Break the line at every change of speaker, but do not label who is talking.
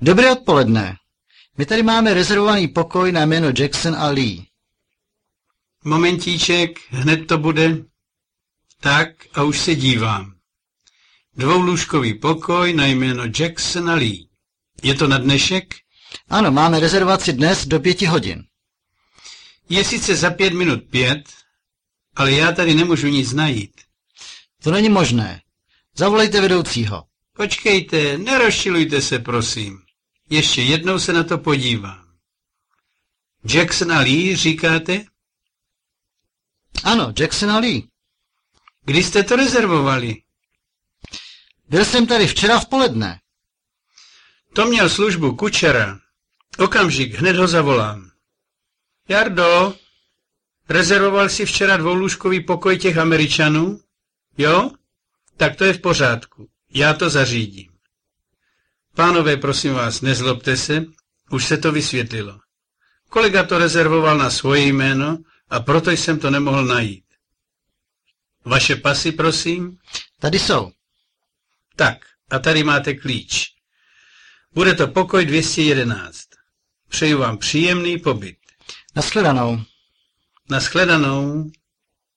Dobré odpoledne. My tady máme rezervovaný pokoj na jméno Jackson a Lee.
Momentíček, hned to bude. Tak a už se dívám. Dvoulůžkový pokoj na jméno Jackson a Lee. Je to na dnešek?
Ano, máme rezervaci dnes do pěti hodin.
Je sice za pět minut pět, ale já tady nemůžu nic najít.
To není možné. Zavolejte vedoucího.
Počkejte, nerozčilujte se, prosím. Ještě jednou se na to podívám. Jackson a Lee, říkáte?
Ano, Jackson a Lee.
Kdy jste to rezervovali?
Byl jsem tady včera v poledne.
To měl službu Kučera. Okamžik, hned ho zavolám. Jardo, rezervoval si včera dvoulůžkový pokoj těch Američanů? Jo? Tak to je v pořádku. Já to zařídím. Pánové, prosím vás, nezlobte se, už se to vysvětlilo. Kolega to rezervoval na svoje jméno a proto jsem to nemohl najít. Vaše pasy, prosím?
Tady jsou.
Tak, a tady máte klíč. Bude to pokoj 211. Přeju vám příjemný pobyt.
Naschledanou.
Naschledanou.